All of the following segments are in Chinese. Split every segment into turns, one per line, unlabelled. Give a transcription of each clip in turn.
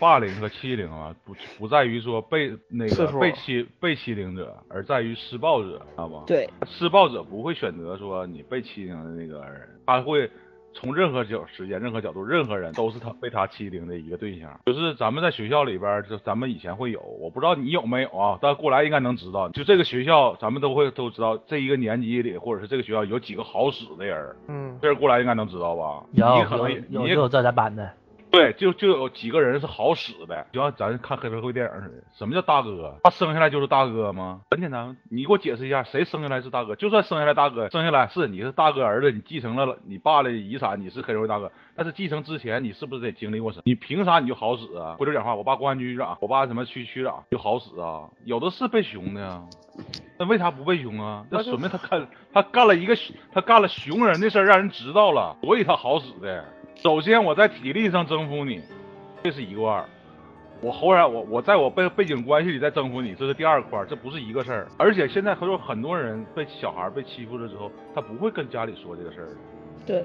霸凌和欺凌啊，不不在于说被那
次
个
数
啊
被欺被欺凌者，而在于施暴者，知道吗？
对，
施暴者不会选择说你被欺凌的那个人，他会从任何角时间、任何角度、任何人都是他被他欺凌的一个对象。就是咱们在学校里边儿，就咱们以前会有，我不知道你有没有啊，但过来应该能知道。就这个学校，咱们都会都知道，这一个年级里或者是这个学校有几个好使的人儿，
嗯，
这过来应该能知道吧？你
有
可
有
能也
有
你
就
也
有这咱班的，
对，就就有几个人是好使的，就像咱看黑社会电影似的。什么叫大哥？啊他生下来就是大哥吗？很简单，你给我解释一下，谁生下来是大哥？就算生下来大哥，生下来是你是大哥儿子，你继承了你爸的遗产，你是黑社会大哥。但是继承之前，你是不是得经历过什么？你凭啥你就好使啊？回头讲话，我爸公安局局长，我爸什么区区长就好使啊？有的是被熊的呀。那为啥不被熊啊？那说明他干他干了一个他干了熊人的事儿，让人知道了，所以他好使的。首先我在体力上征服你，这是一块儿。我后来我我在我背背景关系里再征服你，这是第二块儿，这不是一个事儿。而且现在还有很多人被小孩被欺负了之后，他不会跟家里说这个事儿，
对，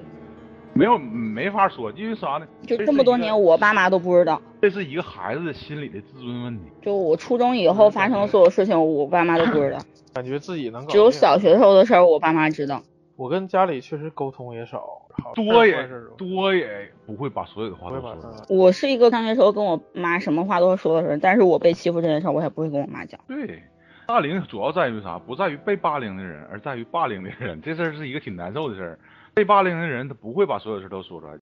没有没法说，因为啥呢？
就
这
这么
是
多
一个
年，我爸妈都不知道。
这是一个孩子的心理的自尊问题。
就我初中以后发生的所有事情，我爸妈都不知道，
嗯
感觉自己能搞定。
只有小学时候的事儿我爸妈知道。
我跟家里确实沟通也少，好事儿
多
坏
也
事儿都
多也不会把所有的话
不
都
会
说
把事
出
儿
来。
我是一个上学时候跟我妈什么话都会说的人，但是我被欺负这件事儿，我也不会跟我妈讲。
对，霸凌主要在于啥？不在于被霸凌的人，而在于霸凌的人。这事儿是一个挺难受的事儿。被霸凌的人他不会把所有事儿都说出来，